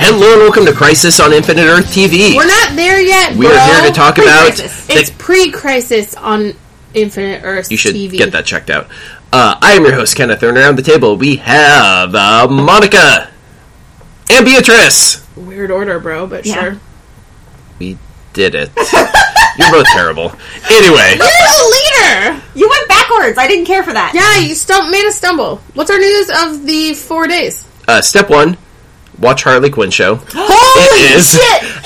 Hello and welcome to Crisis on Infinite Earth TV. We're not there yet. We bro. are here to talk about Pre-crisis. the- It's pre-crisis on Infinite Earth. you should TV. get that checked out. Uh, I am your host Kenneth, and around the table we have uh, Monica and Beatrice. weird order, bro. But Yeah. sure. We did it. You're both terrible. Anyway, You're the leader. You went backwards. I didn't care for that. Yeah, you stump made a stumble. What's our news of the four days? uh, step one: watch Harley Quinn show. Holy It is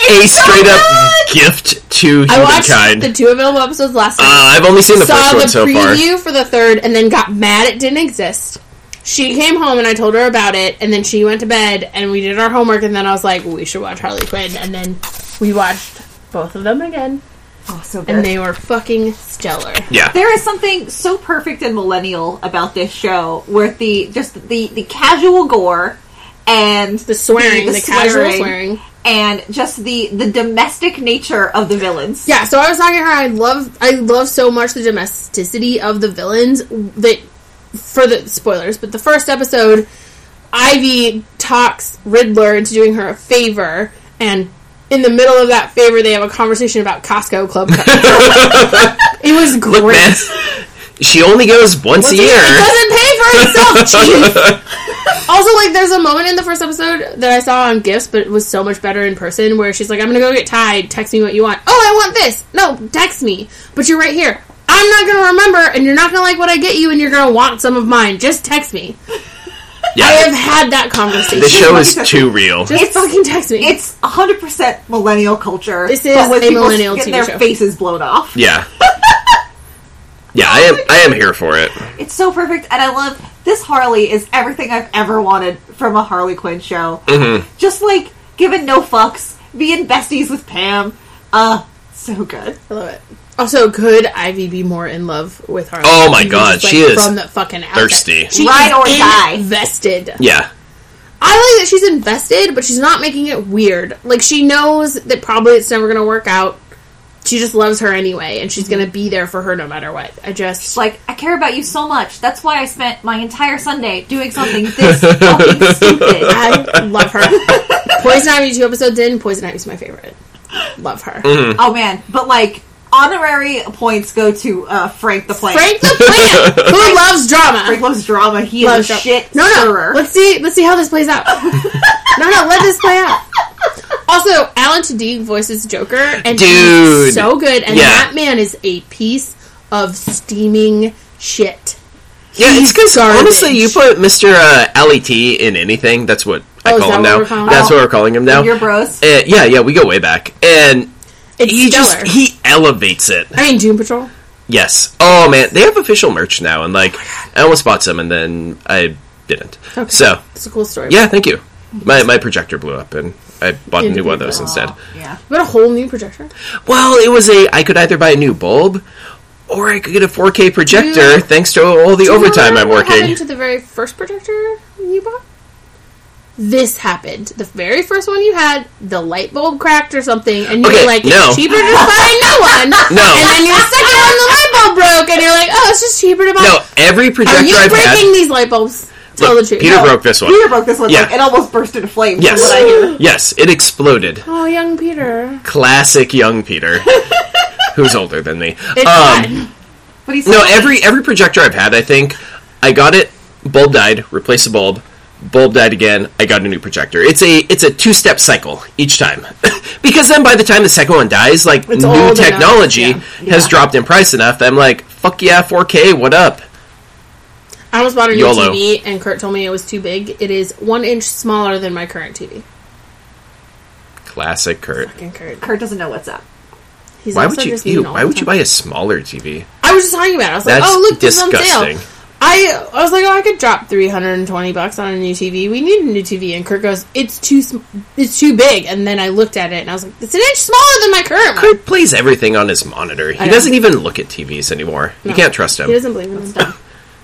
a straight up gift to I watched humankind. the two available episodes last uh, night. I've only seen the Saw first the one so far. preview for the third, and then got mad it didn't exist. She came home and I told her about it, and then she went to bed, and we did our homework, and then I was like, we should watch Harley Quinn, and then we watched both of them again, Oh, so good. and they were fucking stellar. Yeah, there is something so perfect and millennial about this show, with the just the the casual gore and The swearing, the, casual swearing. and just the the domestic nature of the villains. Yeah, so I was talking to her. I love, I love so much the domesticity of the villains. That for the spoilers, but the first episode, Ivy talks Riddler into doing her a favor, and in the middle of that favor, they have a conversation about Costco club. Cup. it was great. look, man, she only goes once a year. It doesn't pay for itself, chief. also, like, there's a moment in the first episode that I saw on GIFs, but it was so much better in person, where she's like, "I'm gonna go get tied. Text me what you want. Oh, I want this. No, text me. But you're right here. I'm not gonna remember, and you're not gonna like what I get you, and you're gonna want some of mine. Just text me. Yeah. I have had that conversation. This show is It's- too real. Just it's- fucking text me. It's 100% millennial culture. This but is with a people millennial getting TV their show. faces blown off. Yeah. Yeah, Oh I am I am here for it. It's so perfect, and I love this Harley is everything I've ever wanted from a Harley Quinn show. Mm-hmm. Just like giving no fucks, being besties with Pam. Uh, so good. I love it. Also, could Ivy be more in love with Harley? Oh my Even God, just, like, she is from the fucking outset. thirsty. She Ride is or die. invested. Yeah. I like that she's invested, but she's not making it weird. Like she knows that probably it's never going to work out. She just loves her anyway, and she's going to be there for her no matter what. I just It's like, I care about you so much. That's why I spent my entire Sunday doing something this fucking stupid. I love her. Poison Ivy two episodes in. Poison Ivy's my favorite. Love her. Oh man, but like, honorary points go to uh, Frank the Plank. Frank the Plant, who loves drama. Frank loves drama. He Love is a show. shit No, no. stirrer. Let's see. Let's see how this plays out. no, no. Let this play out. Also, Alan Tudyk voices Joker, and Dude. he's so good. And Yeah. that man is a piece of steaming shit. Yeah, it's because garbage. honestly, you put Mr. Uh, Ali T in anything. That's what I Oh, is call that him what now. we're calling That's him? what we're calling him now. Your bros. Uh, yeah, yeah, we go way back, and It's he stellar. just he elevates it. I mean, Doom Patrol. Yes. Oh man, they have official merch now, and like I almost bought some, and then I didn't. Oh Okay. So It's a cool story. yeah, thank you. My my projector blew up, and I bought a new one of those instead. Oh, Yeah. But a whole new projector. Well, it was a. I could either buy a new bulb, or I could get a 4K projector Do- thanks to all the Do you overtime remember I'm What happened working. to the very first projector you bought? This happened. The very first one you had, the light bulb cracked or something, and you Okay, were like, no. it's cheaper to just buy a new one. No. And then your second one, the light bulb broke, and you're like, oh, it's just cheaper to buy. No, every Are projector you I've breaking had. these light bulbs? Tell Look, the truth. Peter No. broke this one. Peter broke this one. Yeah. Like, it almost burst into flames. Yes. From what I hear. Yes, it exploded. Oh, young Peter. Classic young Peter, who's older than me. It's um, fun. But he's no, every every projector I've had, I think I got it. Bulb died. Replace the bulb. Bulb died again. I got a new projector. It's a it's a two step cycle each time, because then by the time the second one dies, like old new enough, technology yeah. has Yeah. dropped in price enough. That I'm like, fuck yeah, 4K. What up? I almost bought a new YOLO. TV, and Kurt told me it was too big. It is one inch smaller than my current TV. Classic Kurt. Fucking Kurt. Kurt doesn't know what's up. He's Why also would you? just mean Ew, all why the would you time. buy a smaller TV? I was just talking about. it. I was That's like, "Oh, look, this is on disgusting. sale." I I was like, "Oh, I could drop three hundred and twenty bucks on a new TV. We need a new TV." And Kurt goes, "It's too sm- it's too big." And then I looked at it and I was like, "It's an inch smaller than my current one." Kurt plays everything on his monitor. He know. doesn't even look at TVs anymore. You No. can't trust He him. doesn't believe in this stuff.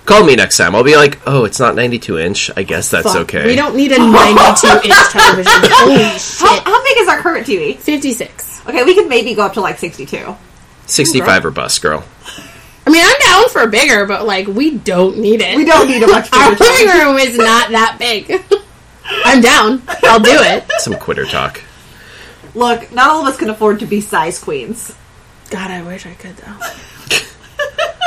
Call me next time. I'll be like, oh, it's not 92 inch. I guess that's Fuck. okay. We don't need a ninety-two inch television. Holy How, shit! how big is our current TV? Fifty-six. Okay, we could maybe go up to like 62. 65 or bus, girl. I mean, I'm down for bigger, but like, we don't need it. We don't need a much Our bigger living TV. room is not that big. I'm down. I'll do it. Some quitter talk. Look, not all of us can afford to be size queens. God, I wish I could though.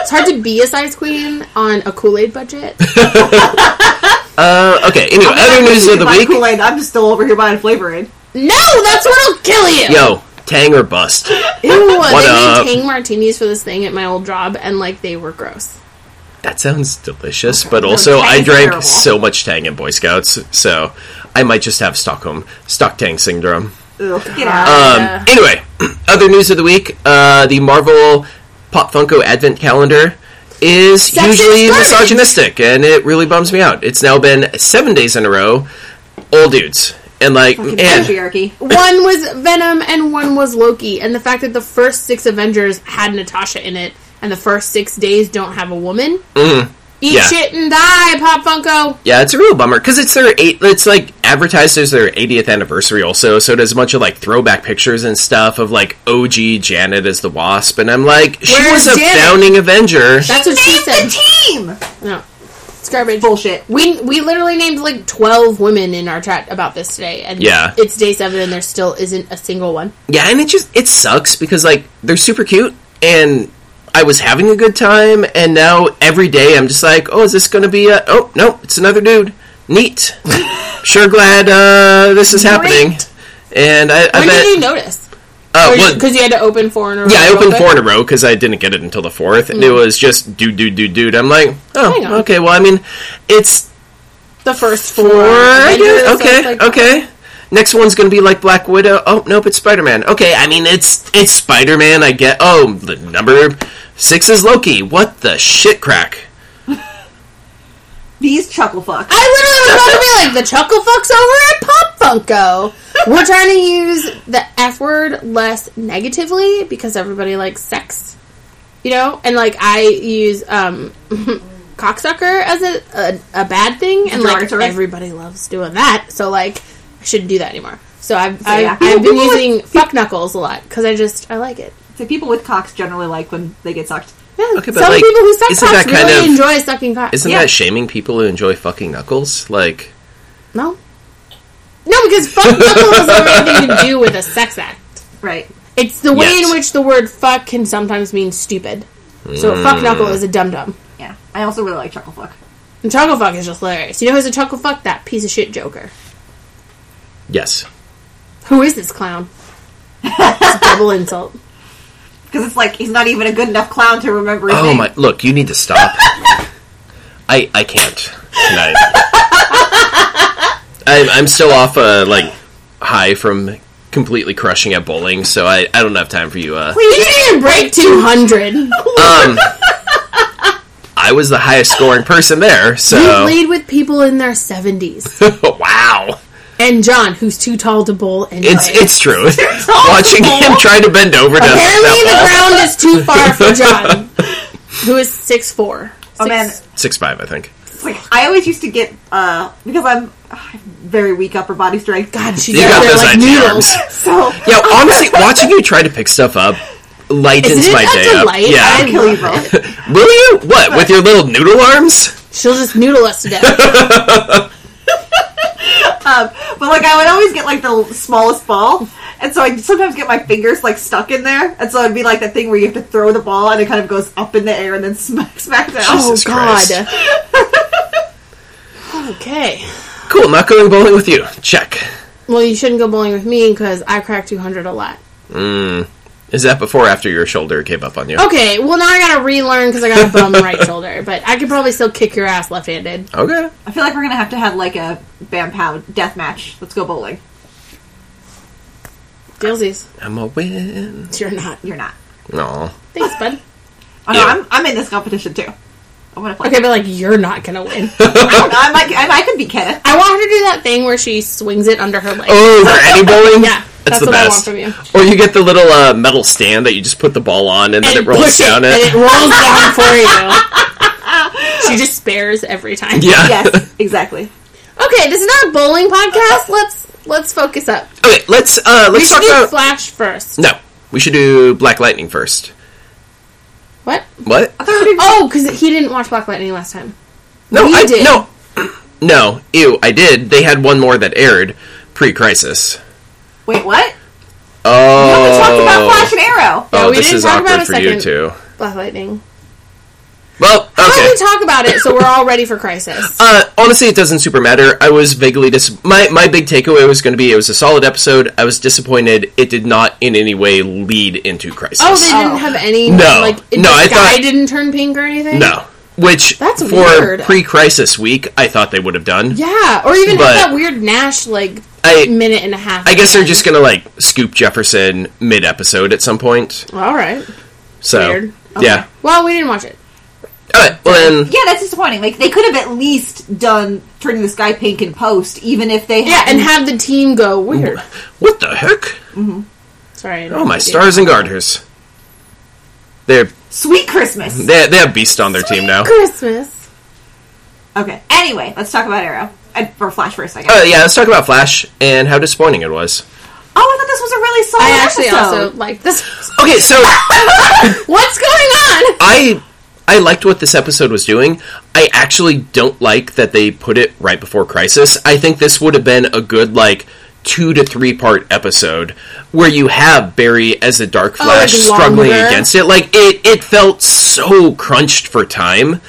It's hard to be a size queen on a Kool Aid budget. Uh, okay, anyway, other I'm news just of the buying week. Kool-Aid. I'm just still over here buying flavoring. No, that's what'll kill you. Yo, Tang or bust. Ew, they up? made Tang martinis for this thing at my old job, and like they were gross. That sounds delicious, but also Tang I is drank terrible. so much Tang in Boy Scouts, so I might just have Stockholm Stock Tang syndrome. Ugh, get out. Um, Yeah. Anyway, other news of the week: uh, the Marvel Pop Funko Advent Calendar is Sexist hugely garbage. misogynistic, and it really bums me out. It's now been seven days in a row, all dudes, and like, Fucking man, patriarchy. One was Venom, and one was Loki, and the fact that the first six Avengers had Natasha in it, and the first six days don't have a woman. Eat Yeah. shit and die, Pop Funko. yeah, it's a real bummer because it's their eight. It's like advertised as their 80th anniversary, also. So does a bunch of like throwback pictures and stuff of like OG Janet as the Wasp, and I'm like, she Where's was a Janet? founding Avenger. That's what she Name said. the team. No, it's garbage. Bullshit. We we literally named like twelve women in our chat about this today, and Yeah. it's day seven, and there still isn't a single one. yeah and it just it sucks because like they're super cute and i was having a good time and now every day i'm just like oh is this gonna be a oh no it's another dude neat sure glad uh this is happening Great. and i, I When bet did you notice? uh, well, Because you had to open four in a row. yeah i opened real four quick. in a row because i didn't get it until the fourth and it was just dude dude dude dude i'm like Hmm. Hang on. oh okay well i mean it's The first four. four I Avengers, guess? so it's okay like- okay next one's gonna be like black widow oh nope it's spider-man okay i mean it's it's spider-man i get oh the number six is loki what the shit crack These chuckle fucks. I literally was about to be like, the chuckle fucks over at Pop Funko. We're trying to use the F word less negatively because everybody likes sex, you know? And like, I use, um, cocksucker as a, a, a bad thing, and like, Derogatory. everybody loves doing that. So, like, I shouldn't do that anymore. So I've, So, I've, yeah. I've been using fuck knuckles a lot because I just, I like it. So people with cocks generally like when they get sucked. Yeah. Okay, but, Some like, people who suck isn't cocks that kind really of- enjoy sucking cocks. isn't Yeah. that shaming people who enjoy fucking knuckles like No. No, because fuck knuckles has everything to do with a sex act. Right. It's the way Yes. in which the word fuck can sometimes mean stupid. So a fuck Mm. knuckle is a dum dum. Yeah. I also really like chuckle fuck. And chuckle fuck is just hilarious. You know who's a chuckle fuck? That piece of shit joker. yes Who is this clown? It's a double insult. Because it's like he's not even a good enough clown to remember his oh name. my look you need to stop i i can't tonight I'm, I'm still off uh like high from completely crushing at bowling so i i don't have time for you uh You didn't even break 200. Um, I was the highest scoring person there, You so played with people in their 70s. wow, And John, who's too tall to bowl and it's play. it's true. Watching him try to bend over to Apparently the that ground is too far for John, who is 6'4". Oh, man. Six- ball, six five, I think. It's like, I always used to get, uh, because I'm ah, I have very weak upper body strength. God, she's You out got there those like IT arms. noodles. So, Yeah, honestly, watching you try to pick stuff up lightens Isn't it my a day up. delight? I Yeah, kill you both. will you? What with your little noodle arms? She'll just noodle us to death. Um, but like I would always get like the smallest ball, and so I sometimes get my fingers like stuck in there, and so it'd be like that thing where you have to throw the ball and it kind of goes up in the air and then smack smack down. Jesus. oh God. Christ. okay. Cool, not going bowling with you. Check. Well, you shouldn't go bowling with me because I crack 200 a lot. Mm, Is that before or after your shoulder gave up on you? Okay. Well, now I gotta relearn because I got a bum right shoulder, but I could probably still kick your ass left-handed. Okay. I feel like we're gonna have to have like a bam pound death match. Let's go bowling. Dealsies. I'm a win. You're not. You're not. No. Thanks, bud. Oh, no, Yeah. I'm I'm in this competition too. I'm gonna play. Okay, but like you're not gonna win. I don't know. I might I, might- I could be Kenneth. I want her to do that thing where she swings it under her leg. Oh, for any bowling? Yeah, That's, that's the what I best. want Or you get the little uh, metal stand that you just put the ball on and then it rolls push down it, it. and it rolls down for you. She just spares every time. Yeah. Yes, exactly. Okay, this is not a bowling podcast. Let's let's focus up. okay, let's uh We let's should talk do about Flash first. No. We should do Black Lightning first. What? What? I thought we were- Oh, because he didn't watch Black Lightning last time. No, We I did. no. No, ew, I did. They had one more that aired pre-crisis. Wait, what? We Oh, only talked about Flash and Arrow. Yeah, oh, we this didn't is talk about awkward a for you second. too. Black Lightning. Well, Why don't okay. we talk about it so we're all ready for Crisis? Uh, honestly, it doesn't super matter. I was vaguely dis. My my big takeaway was going to be it was a solid episode. I was disappointed it did not in any way lead into crisis. oh, they didn't Oh. have any. No. like it, No, the I sky thought- didn't turn pink or anything. no, which That's for weird. pre-crisis week, I thought they would have done. Yeah, Mm-hmm. or even But- have that weird Nash like I- minute and a half. I guess they're just going to like scoop Jefferson mid episode at some point. all right. So Weird. yeah, Well, we didn't watch it. all right. Well then, Yeah, that's disappointing. Like they could have at least done turning the sky pink in post, even if they Yeah, hadn't- and have the team go weird. what the heck? Sorry. I Oh didn't my do stars and garters. They're sweet Christmas. they they have Beast on their Sweet team now. Christmas. okay. Anyway, let's talk about Arrow and or Flash for a second. Uh, yeah, let's talk about Flash and how disappointing it was. oh, I thought this was a really solid I actually episode. also like this. Okay, so What's going on? I I liked what this episode was doing. I actually don't like that they put it right before Crisis. I think this would have been a good like two to three part episode where you have Barry as a Dark Flash like struggling longer? against it. Like it it felt so crunched for time.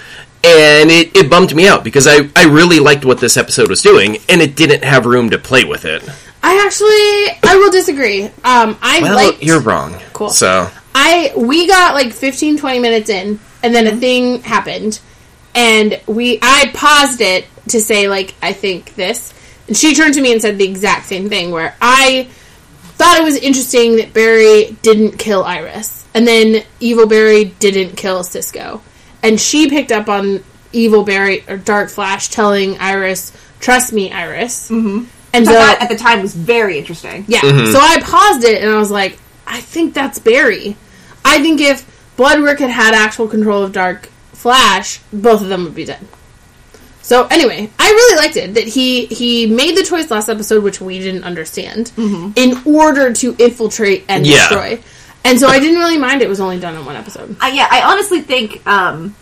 And it, it bummed me out because I, I really liked what this episode was doing, and it didn't have room to play with it. I actually, I will disagree. Um, I Well, like you're wrong. Cool. So I we got like 15 20 minutes in Mm-hmm. and then a thing happened and we I paused it to say like I think this and she turned to me and said the exact same thing where I thought it was interesting that Barry didn't kill Iris and then evil Barry didn't kill Cisco and she picked up on evil Barry or Dark Flash telling Iris trust me Iris mm-hmm. and So the- that at the time was very interesting. yeah. Mm-hmm. So I paused it and I was like, I think that's Barry. I think if Bloodwork had had actual control of Dark Flash, both of them would be dead. So anyway, I really liked it that he he made the choice last episode, which we didn't understand, in order to infiltrate and Yeah. destroy. And so I didn't really mind it was only done in one episode. I, yeah, I honestly think um,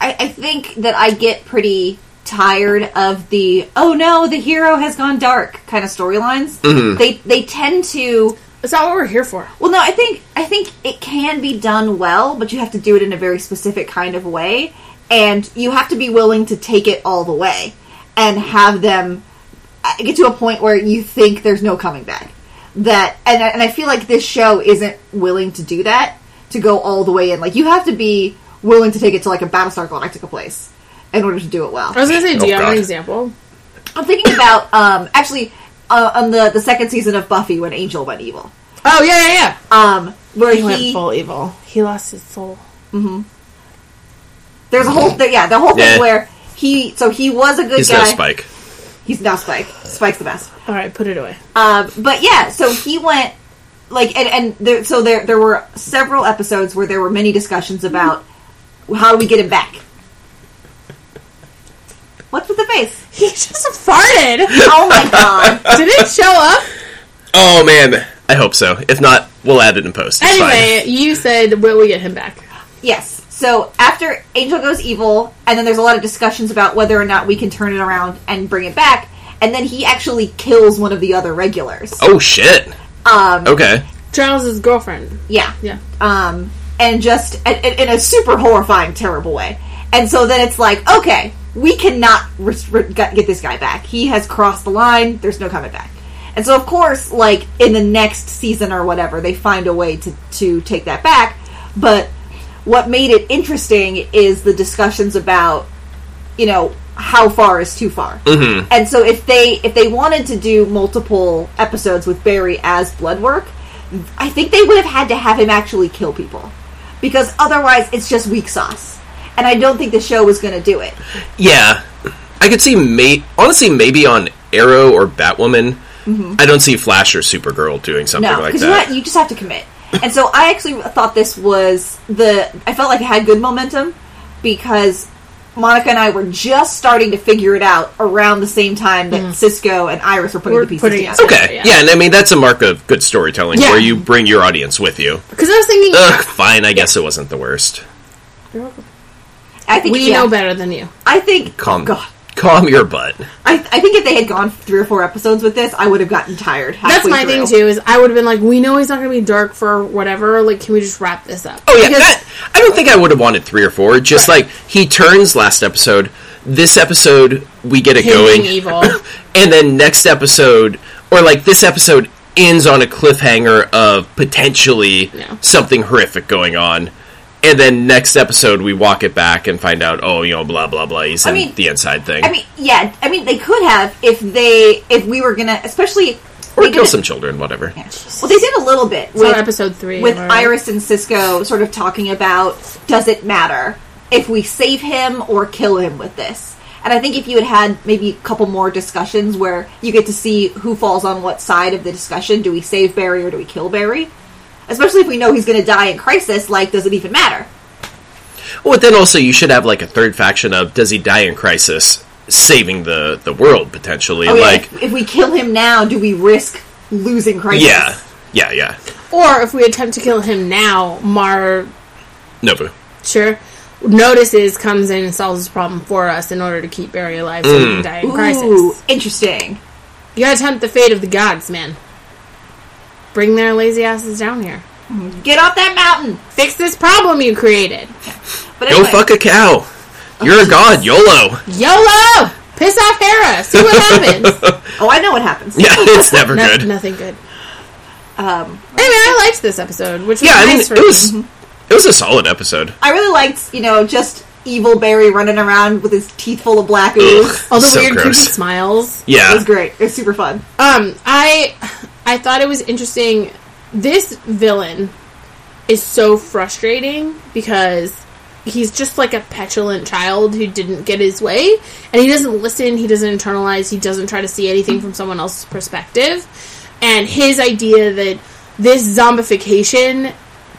I, I think that I get pretty tired of the oh no, the hero has gone dark kind of storylines. Mm-hmm. They they tend to It's not what we're here for. well, no, I think I think it can be done well, but you have to do it in a very specific kind of way, and you have to be willing to take it all the way and have them uh, get to a point where you think there's no coming back. That and I- and I feel like this show isn't willing to do that to go all the way in. Like you have to be willing to take it to like a Battlestar Galactica place in order to do it well. I was gonna say, do Oh, you have God. an example? I'm thinking about um, actually uh, on the the second season of Buffy when Angel went evil, Oh yeah, yeah, yeah. um, where He went full evil. He lost his soul. There's a whole thing, yeah, the whole thing Yeah. where he, so he was a good he's guy. no Spike. He's now Spike. Spike's the best. All right, put it away. Um, but yeah, so he went like, and and there, so there there were several episodes where there were many discussions about how do we get him back. What's with the face? He just farted. Oh my god! Did it show up? Oh man, I hope so. If not, we'll add it in post. It's fine. Anyway, you said, will we get him back? Yes. So after Angel goes evil, and then there's a lot of discussions about whether or not we can turn it around and bring it back, and then he actually kills one of the other regulars. Oh shit. Oh. Um, Okay. Charles's girlfriend. yeah. Yeah. um, and just in, in in a super horrifying, terrible way. And so then it's like, okay, we cannot res- re- get get this guy back. He has crossed the line. There's no coming back. And so of course, like in the next season or whatever, they find a way to to take that back. But what made it interesting is the discussions about you know how far is too far Mm-hmm. and so if they if they wanted to do multiple episodes with barry as blood work i think they would have had to have him actually kill people because otherwise it's just weak sauce and i don't think the show was going to do it Yeah. I could see may honestly maybe on Arrow or Batwoman. I don't see Flash or Supergirl doing something Mm-hmm. no like because that. you just have to commit and so i actually thought this was the i felt like it had good momentum because monica and i were just starting to figure it out around the same time that cisco and iris were putting Mm. We're the pieces putting it together okay. Yeah. Yeah. and I mean that's a mark of good storytelling Yeah. where you bring your audience with you. Because I was thinking, Ugh, fine, I guess it wasn't the worst. I think we yeah. know better than you. I think. Calm. Oh God. Calm your butt. I, I think if they had gone three or four episodes with this, I would have gotten tired. That's halfway my through. thing too. Is I would have been like, we know he's not going to be dark for whatever. Like, can we just wrap this up? Oh yeah, Because- that, I don't think I would have wanted three or four. Just like he turns last episode, this episode we get it Him going, being evil. and then next episode, or like this episode ends on a cliffhanger of potentially Yeah. something horrific going on, and then next episode we walk it back and find out, oh, you know, blah blah blah. He's in mean- the inside thing, I mean, yeah. I mean, they could have if they if we were gonna, especially or they kill did- some children, whatever. Well, they did a little bit on with episode three, with right? Iris and Cisco, sort of talking about does it matter if we save him or kill him with this. And I think if you had had maybe a couple more discussions where you get to see who falls on what side of the discussion, do we save Barry or do we kill Barry? Especially if we know he's going to die in crisis, like does it even matter? Well, then also you should have like a third faction of does he die in crisis, saving the the world potentially, Oh, yeah, like. if, if we kill him now, do we risk losing crisis? Yeah, yeah, yeah. Or if we attempt to kill him now, Mar Nobu. sure notices, comes in and solves this problem for us in order to keep Barry alive so he Mm. can die in Ooh, crisis. interesting. You gotta tempt the fate of the gods, man. Bring their lazy asses down here. Get off that mountain. Fix this problem you created. But Go anyway, fuck a cow. You're a god, YOLO. YOLO! Piss off Hera. See what happens. Oh, I know what happens. Yeah, it's never No- good. nothing good. Um, Anyway, I liked this episode, which was Yeah, I mean, nice it for was me. it was a solid episode. I really liked, you know, just evil Barry running around with his teeth full of black ooze. All the so weird creepy gross. smiles. It Yeah, was great. It was super fun. Um, I I thought it was interesting. This villain is so frustrating because he's just like a petulant child who didn't get his way, and he doesn't listen. He doesn't internalize. He doesn't try to see anything from someone else's perspective. And his idea that this zombification,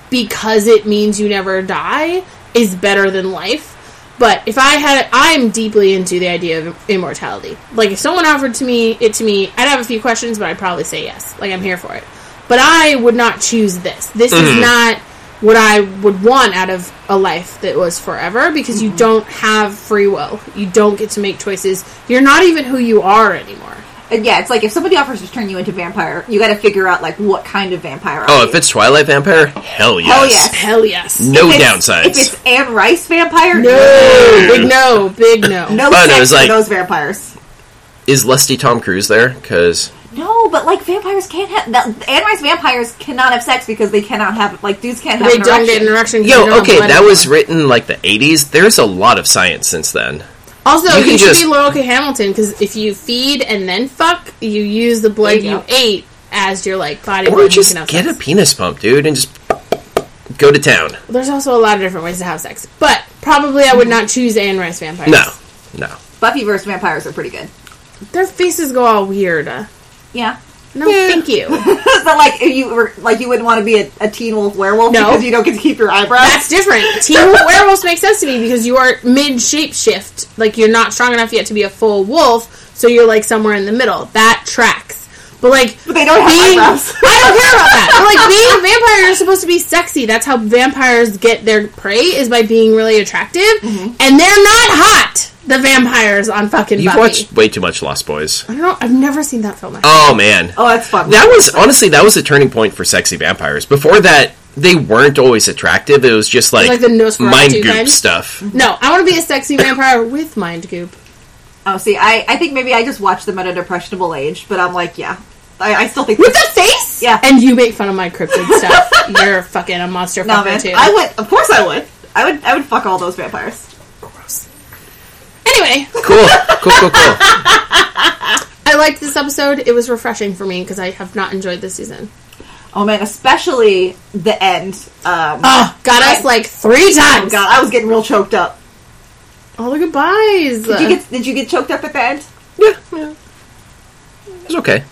because it means you never die, is better than life. But if I had, I'm deeply into the idea of immortality. Like if someone offered to me it to me, I'd have a few questions, but I'd probably say yes. Like I'm here for it. But I would not choose this. This Mm-hmm. is not what I would want out of a life that was forever because you don't have free will. You don't get to make choices. You're not even who you are anymore. And yeah, it's like if somebody offers to turn you into vampire, you got to figure out like what kind of vampire. are Oh, you. if it's Twilight Vampire, hell yes. yes. Hell yes. No If it's- downsides. If it's Anne Rice vampire, No. Big no. Big no. no But it sex was for like- those vampires. Is Lusty Tom Cruise there? Because No, but like vampires can't have that, Anne Rice vampires cannot have sex because they cannot have like dudes can't have. They an don't get erection. an erection. 'cause they don't yo, have okay, blood that in was them. written like the '80s. There's a lot of science since then. Also, You you, can should just- be loyal to Hamilton because if you feed and then fuck, you use the blood Yeah. you ate as your like body. Or when you just can have get a sex. penis pump, dude, and just go to town. There's also a lot of different ways to have sex, but probably I would not choose Anne Rice vampires. Hmm. No, no. Buffy versus vampires are pretty good. their faces go all weird. Uh, Yeah. No, thank you. but like if you were like you wouldn't want to be a, a teen wolf werewolf No. because you don't get to keep your eyebrows. That's different. Teen wolf werewolves make sense to me because you are mid shapeshift. Like you're not strong enough yet to be a full wolf, so you're like somewhere in the middle. That tracks. But like but they don't have being eyebrows. I don't care about that. But, like being a vampire is supposed to be sexy. That's how vampires get their prey is by being really attractive, Mm-hmm. and they're not hot. The vampires on fucking You've Buffy. watched way too much Lost Boys. I don't know. I've never seen that film. actually. Oh man, Oh, that's fun. That was honestly that was a turning point for sexy vampires. Before that, they weren't always attractive. It was just like, Like the Nosferatu mind goop kind? stuff. no, I want to be a sexy vampire with mind goop. Oh, see, I, I think maybe I just watched them at a depressionable age, but I'm like, yeah, I, I still think With the face? Yeah. And you make fun of my cryptid stuff. You're fucking a monster no, fucker man. too. I would, of course, I would. I would, I would fuck all those vampires. anyway, Cool, cool, cool, cool. I liked this episode. It was refreshing for me because I have not enjoyed this season. Oh man, especially the end. Um, Oh, got us like three oh, times. God, I was getting real choked up. All the goodbyes. Did you get, did you get choked up at the end? Yeah, yeah, it's okay.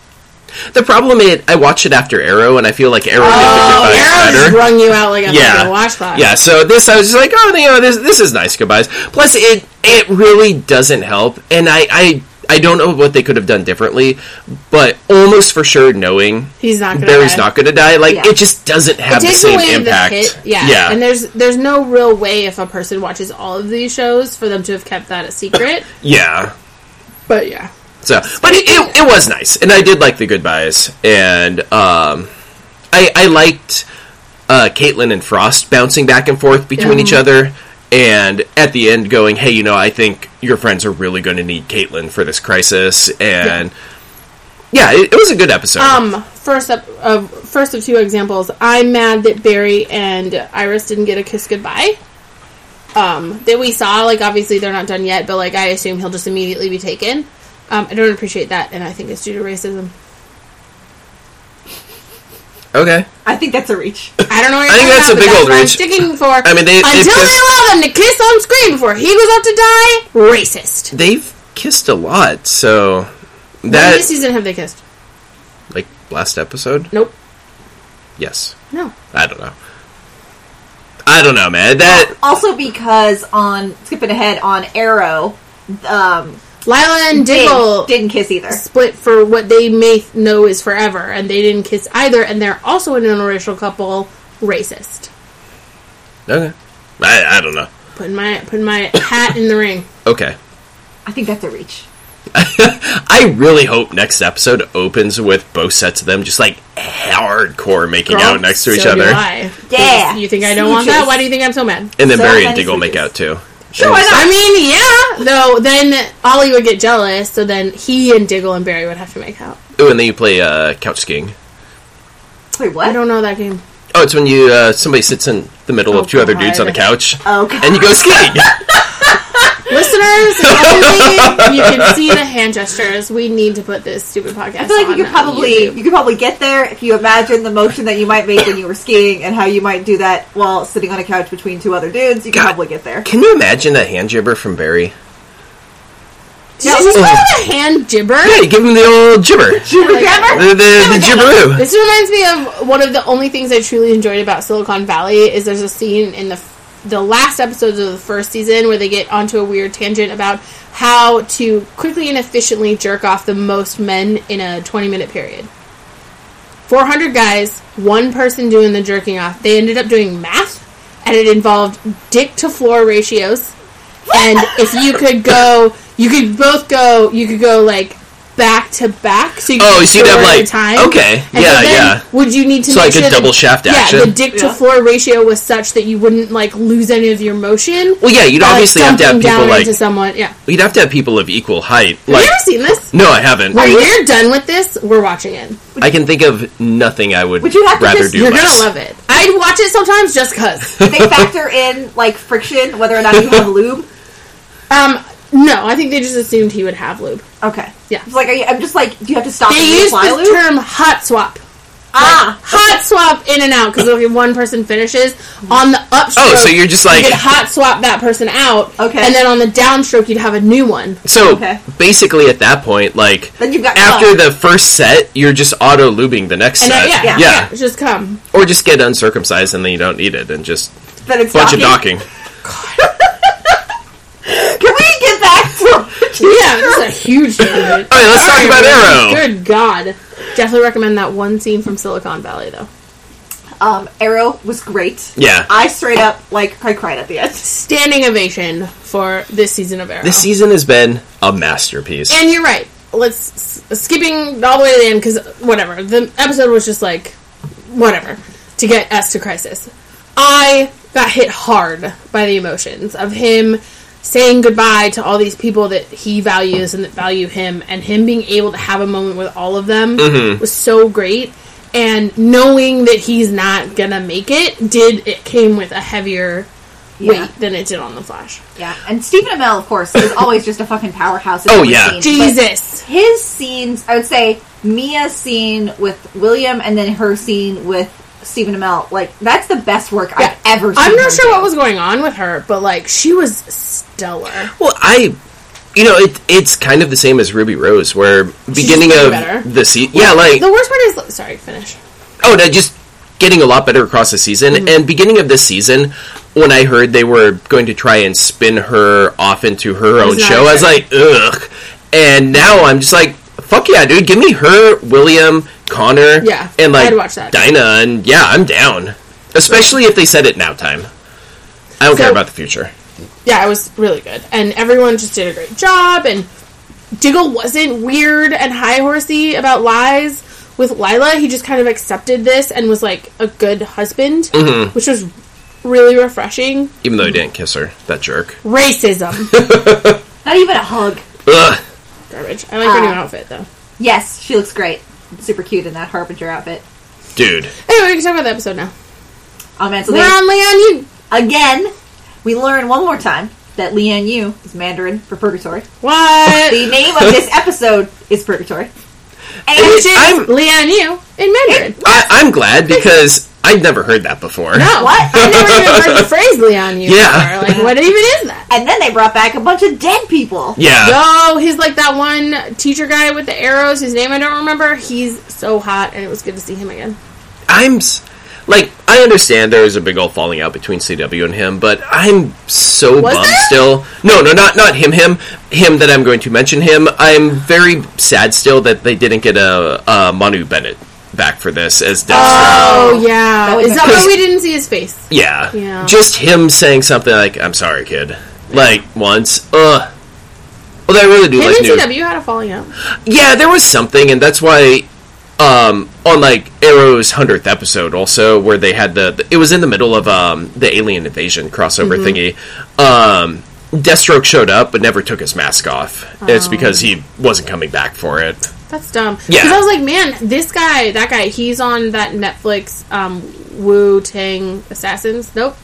The problem is, I watched it after Arrow, and I feel like Arrow Oh, did the goodbyes Arrow better. just wrung you out like a yeah, fucking washcloth. yeah. So this, I was just like, oh, you know, this this is nice goodbyes. Plus, it it really doesn't help, and I I I don't know what they could have done differently, but almost for sure, knowing He's not gonna Barry's die. not going to die. Like Yeah. it just doesn't have the Takes same away impact. the hit. Yeah. yeah. And there's there's no real way if a person watches all of these shows for them to have kept that a secret. yeah. But yeah. So, but it, it, it was nice, and I did like the goodbyes, and um, I I liked uh, Caitlin and Frost bouncing back and forth between Yeah. each other, and at the end going, hey, you know, I think your friends are really going to need Caitlin for this crisis, and yeah, it, it was a good episode. Um, first up, uh, first of two examples. I'm mad that Barry and Iris didn't get a kiss goodbye. Um, that we saw, like obviously they're not done yet, but like I assume he'll just immediately be taken. Um, I don't appreciate that, and I think it's due to racism. okay, I think that's a reach. I don't know. What you're I think talking that's a about, big but old what I'm reach. sticking for. I mean, they- they until they, pissed- allow them to kiss on screen before he goes out to die, racist. they've kissed a lot, so When that this season have they kissed? like last episode, Nope. yes, No. I don't know, I don't know, man, that. also because on skipping ahead on Arrow, um, Lila and Diggle Dave didn't kiss either. split for what they may th- know is forever, and they didn't kiss either, and they're also an interracial couple. Racist. Okay, I, I don't know. Putting my putting my hat in the ring. Okay. I think that's a reach. I really hope next episode opens with both sets of them just like hardcore making Girl, out next to each so do other, I. Yeah. You think I don't want that? Smooches. Why do you think I'm so mad? and then So Barry and many Diggle make switches. out too. Sure, why not? I mean, yeah. Though then Ollie would get jealous, so then he and Diggle and Barry would have to make out. Ooh, and then you play uh, couch skiing. Wait, what? I don't know that game. Oh, it's when you uh, somebody sits in the middle Oh, of two other dudes God. on a couch, Oh, God. and you go skiing. Listeners, everybody, you can see the hand gestures. We need to put this stupid podcast. I feel like you on, could uh, probably YouTube. you could probably get there if you imagine the motion that you might make when you were skiing and how you might do that while sitting on a couch between two other dudes. You could God. probably get there. Can you imagine that hand jibber from Barry? Did you just call it a hand gibber? Hey, give him the old jibber, the Jibber-jabber? the, the jibberoo. This reminds me of one of the only things I truly enjoyed about Silicon Valley is there's a scene in the the last episodes of the first season where they get onto a weird tangent about how to quickly and efficiently jerk off the most men in a 20 minute period. 400 guys, one person doing the jerking off. They ended up doing math, and it involved dick to floor ratios. And if you could go, you could both go. You could go like back to back. So you could Oh, do so you'd four have, at a like- okay, yeah, yeah. Would you need to So, make like, a sure that- double shaft Yeah, the action? dick to Yeah. floor ratio was such that you wouldn't like lose any of your motion. Well, yeah, you'd by, like, obviously have to have dumping people down like into someone. Yeah, you'd have to have people of equal height. have Like, you ever seen this? no, I haven't. When we're done with this, we're watching it. I can think of nothing I would, Would you have to rather just- do. You're less. gonna love it. I'd watch it sometimes just cause. Did they factor in like friction, whether or not you have lube? Um, no, I think they just assumed he would have lube. Okay, Yeah. It's like are you, I'm just like, do you have to stop They and used reapply the Uh, lube? term hot swap. ah, Hot swap in and out because okay, one person finishes on the upstroke. Oh, so you're just like- you could hot swap that person out. Okay. and then on the downstroke you'd have a new one. So Okay. basically, at that point, like then you've got after cum. the first set, you're just auto lubing the next And set. then, yeah, Yeah. yeah, just come. or just get uncircumcised and then you don't need it, and just then it's bunch docking. of docking. Can we get back to? Yeah, this is a huge tangent. All right, let's talk about Arrow. Good God. Definitely recommend that one scene from Silicon Valley, though. um, Arrow was great. Yeah, I straight up like I cried at the end. Standing ovation for this season of Arrow. this season has been a masterpiece. and you're right. Let's s- skipping all the way to the end because whatever the episode was just like whatever to get us to crisis. I got hit hard by the emotions of him saying goodbye to all these people that he values and that value him, and him being able to have a moment with all of them was so great. And knowing that he's not gonna make it did it came with a heavier Yeah. weight than it did on the Flash. Yeah, and Stephen Amell, of course, is always just a fucking powerhouse. in Oh, every yeah. scene, but Jesus, his scenes, I would say Mia's scene with William, and then her scene with Stephen Amell. Like that's the best work Yeah. I've ever. seen I'm her not sure do. what was going on with her, but like she was stellar. Well, I, you know, it, it's kind of the same as Ruby Rose, where beginning getting of better. the season, yeah, like The worst part is sorry, finish. oh no, just getting a lot better across the season. Mm-hmm. And beginning of this season, when I heard they were going to try and spin her off into her own not show, I was fair. like, ugh. And now I'm just like, fuck yeah, dude, give me her, William, Connor, Yeah, and like I'd watch that. Dinah, and yeah, I'm down. Especially if they said it now time. I don't care So- about the future. Yeah, it was really good, and everyone just did a great job, and Diggle wasn't weird and high horsey about lies with Lila. He just kind of accepted this and was like a good husband, Mm-hmm. which was really refreshing. Even though he didn't kiss her, that jerk. Racism. Not even a hug. Ugh. Garbage. I like her new Uh. outfit though. Yes, she looks great. Super cute in that Harbinger outfit. Dude. Anyway, we can talk about the episode now. Oh man, so We're they- on Leon Yu. again, we learn one more time that Lian Yu is Mandarin for purgatory. What? The name of this episode is Purgatory. Which And is I'm- Leon Yu in Mandarin. I, I'm glad because I'd never heard that before. No, What? I never even heard the phrase Leon Yu. Yeah. before. Like, what even is that? and then they brought back a bunch of dead people. Yeah. No, he's like that one teacher guy with the arrows. His name I don't remember. He's so hot, and it was good to see him again. I'm s- like I understand there was a big old falling out between CW and him, but I'm so Was bummed there? still. No, no, not not him, him, him that I'm going to mention him. I'm very sad still that they didn't get a, a Manu Bennett back for this as Deathstroke. Oh yeah, That was is that because- why we didn't see his face? yeah. Yeah. just him saying something like "I'm sorry, kid," like once. Ugh. Well, I really do Him like and new. CW had a falling out. Yeah, there was something, and that's why um, on like Arrow's hundredth episode, also where they had the, the- it was in the middle of um, the alien invasion crossover Mm-hmm. thingy. Um, Deathstroke showed up but never took his mask off. Oh. It's because he wasn't coming back for it. That's dumb. Yeah. Because I was like, man, this guy, that guy, he's on that Netflix um, Wu Tang Assassins. Nope,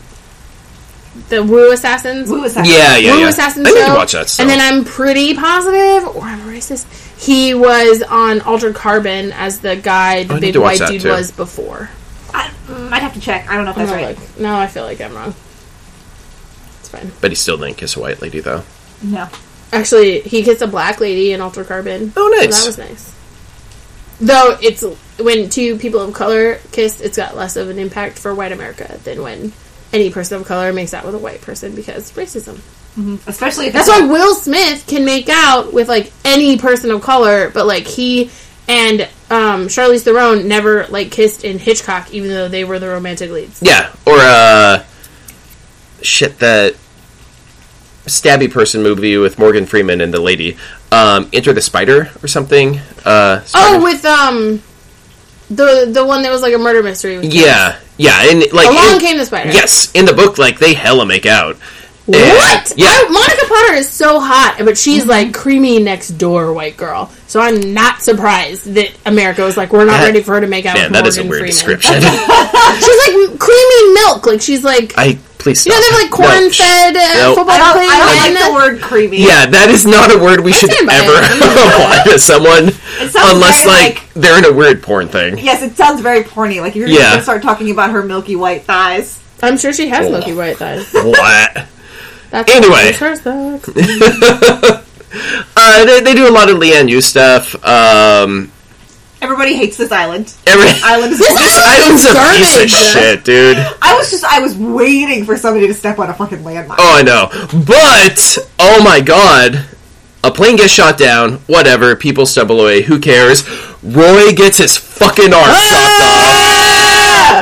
the Wu Assassins. Who was that? Yeah, yeah, Wu yeah. Assassin I need show. to watch that. Still. And then I'm pretty positive, or I'm racist. He was on Altered Carbon as the guy I the need big to watch white that, dude too. was before. I, mm, I'd have to check. I don't know if that's No, right. like- no, I feel like I'm wrong. It's fine. but he still didn't kiss a white lady though. No. Actually, he gets a black lady in Alter Carbon. Oh, So nice. that was nice. Though it's when two people of color kiss, it's got less of an impact for white America than when any person of color makes out with a white person because racism. Especially if That's why Will Smith can make out with like any person of color, but like he and um, Charlize Theron never like kissed in Hitchcock, even though they were the romantic leads. Yeah, or uh, shit that stabby person movie with Morgan Freeman and the lady, um, Enter the Spider or something. Uh, Oh, Spider- with um, the the one that was like a murder mystery. With Yeah, yeah, and like Along in- came the spider. Yes, in the book, like they hella make out. And- What? Yeah, I- Monica Potter is so hot, but she's like creamy next door white girl. So I'm not surprised that America was like, we're not That- ready for her to make out. man, with that is a Morgan weird Freeman. description. She's like creamy milk. Like she's like I please. you know stop. they have like No, corn sh- fed uh, no. I football don't, playing. I men. don't like the word creamy. Yeah, that is not a word we should stand by it. ever apply to someone, It sounds unless very, like, they're in a weird porn thing. Yes, it sounds very porny. Like if you're Yeah. going to start talking about her milky white thighs. I'm sure she has milky white thighs. Uh, What? That's Anyway. that's her sex. Uh, they, they do a lot of Leanne Yu stuff. Um, Everybody hates this island. every Island is. this island's a piece of garbage. shit, dude. I was just. I was waiting for somebody to step on a fucking landmine. Oh, I know. But oh my god, a plane gets shot down. Whatever, people stumble away. Who cares? Roy gets his fucking arm Ah!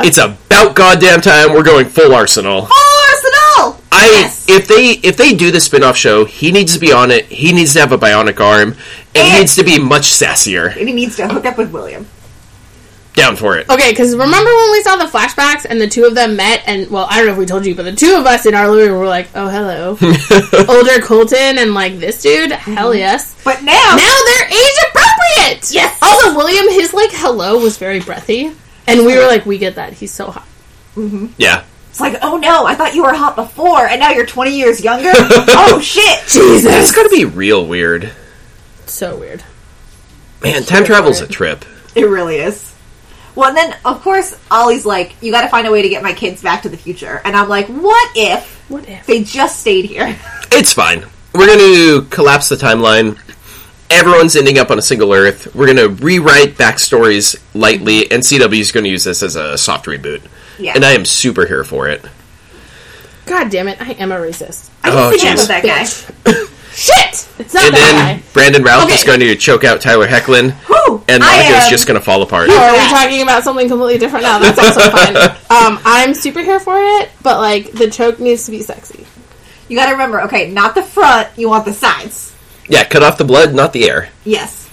chopped off. It's about goddamn time we're going full Arsenal. Oh, Arsenal! I Yes. if they if they do the spin-off show, he needs to be on it. He needs to have a bionic arm. And And- he needs to be much sassier. And he needs to hook up with William. Down for it. Okay, because remember when we saw the flashbacks and the two of them met, and well, I don't know if we told you, but the two of us in our living room were like, "Oh, hello, older Colton and like this dude, hell yes." But now, Now they're age appropriate. Yes. Also, William, his like hello was very breathy, and we were like, "We get that. He's so hot." Yeah. it's like, oh no, I thought you were hot before, and now you're 20 years younger. oh shit! That's gotta be real weird. So weird. Man, time travel's a trip. It really is. Well, and then of course Ollie's like, you got to find a way to get my kids back to the future, and I'm like, what if What if? they just stayed here? It's fine. We're going to collapse the timeline. Everyone's ending up on a single Earth. We're going to rewrite backstories lightly, and CW is going to use this as a soft reboot. Yeah. And I am super here for it. God damn it! I am a racist. I Oh, just think jeez. about that guy. Shit! It's not And that then high. Brandon Ralph is Okay. going to choke out Tyler Hecklin, Whew, and I Monica's am- just going to fall apart. Or Oh, are we talking about something completely different now? That's also fine. Um, I'm super here for it, but like the choke needs to be sexy. You got to remember, okay, not the front. You want the sides. Yeah, cut off the blood, not the air. Yes.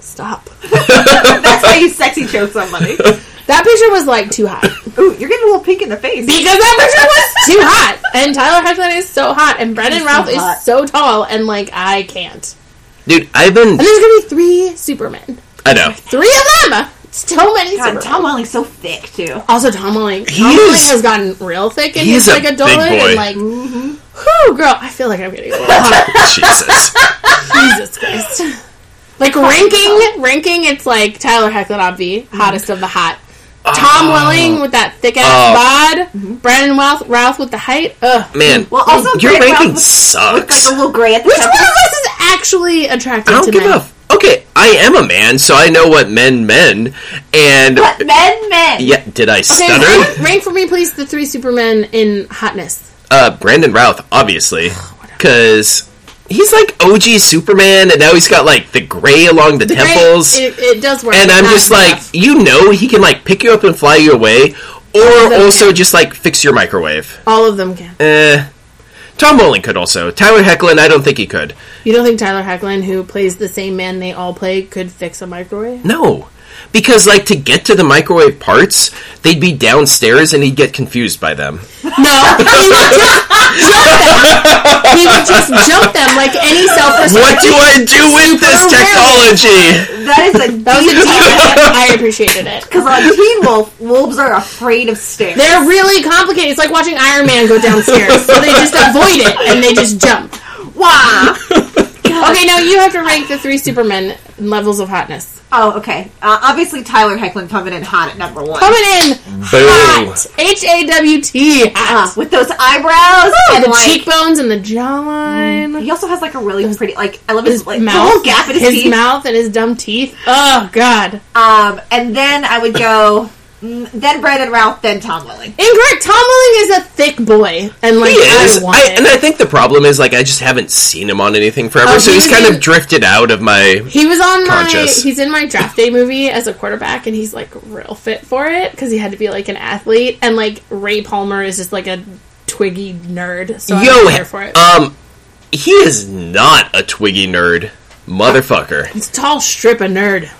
Stop. That's how you sexy choke somebody. That picture was like too hot. Ooh, you're getting a little pink in the face. Because that picture was too hot. And Tyler Hoechlin is so hot. And Brendan He's so Ralph hot. is so tall. And like, I can't. Dude, I've been. And there's going to be three Supermen. I know. Three of them! So many God, Supermen. Tom Welling's so thick too. also, Tom Welling. Tom He Welling is- has gotten real thick in he is his a like adulthood. big boy. And like, whew, girl, I feel like I'm getting old. Jesus. Jesus Christ. Like ranking, ranking, it's like Tyler Hecklin Obvi, hottest of the hot. Uh, Tom Welling with that thick oh. ass bod. Brandon Ralph, Ralph with the height. Ugh. Mm-hmm. Man, Well, also your Grant Ralph ranking was- Look like sucks. a little gray at the Which one of temple. us is actually attractive I don't to give men? a. F- okay, I am a man, so I know what men men. And. But men, men. Yeah, did I Okay, stutter? rank, rank for me, please, the three Supermen in hotness. Uh, Brandon Routh, obviously, because he's like OG Superman, and now he's got like the gray along the, Great, temples, It, it does work. and I'm Not just like, enough. you know, he can like pick you up and fly you away, or that also just like fix your microwave. all of them can. Eh. Tom Welling could also. Tyler Hecklin, I don't think he could. You don't think Tyler Hecklin, who plays the same man they all play, could fix a microwave? No. Because like to get to the microwave parts, they'd be downstairs and he'd get confused by them. No, he would just jump them. He would just jump them like any self-respect. What do I do with this Super technology? That is a That was a deep deep. I appreciated it. Because on Teen Wolf, wolves are afraid of stairs. They're really complicated. It's like watching Iron Man go downstairs. So they just avoid it and they just jump. Wah! Okay, now you have to rank the three Supermen in levels of hotness. Oh, okay. Uh, obviously, Tyler Hecklin coming in hot at number one. Coming in Boom. hot. H A W T. Uh, Hot. with those eyebrows and The like, cheekbones and the jawline. He also has like a really pretty like I love his, His like, the mouth. whole gap in his, teeth. mouth and his dumb teeth. Oh, God. Um, and then I would go mm, then Brandon Routh, then Tom Welling. Incorrect. Tom Welling is a thick boy. And, like, He is. I want I, it. and I think the problem is like I just haven't seen him on anything forever, Oh, so he he's was kind in- of drifted out of my. He was on Conscious. my. He's in my draft day movie as a quarterback, and he's like real fit for it because he had to be like an athlete. And like Ray Palmer is just like a twiggy nerd. So I'm Yo, here for it. um, he is not a twiggy nerd, motherfucker. It's tall strip of nerd. Okay,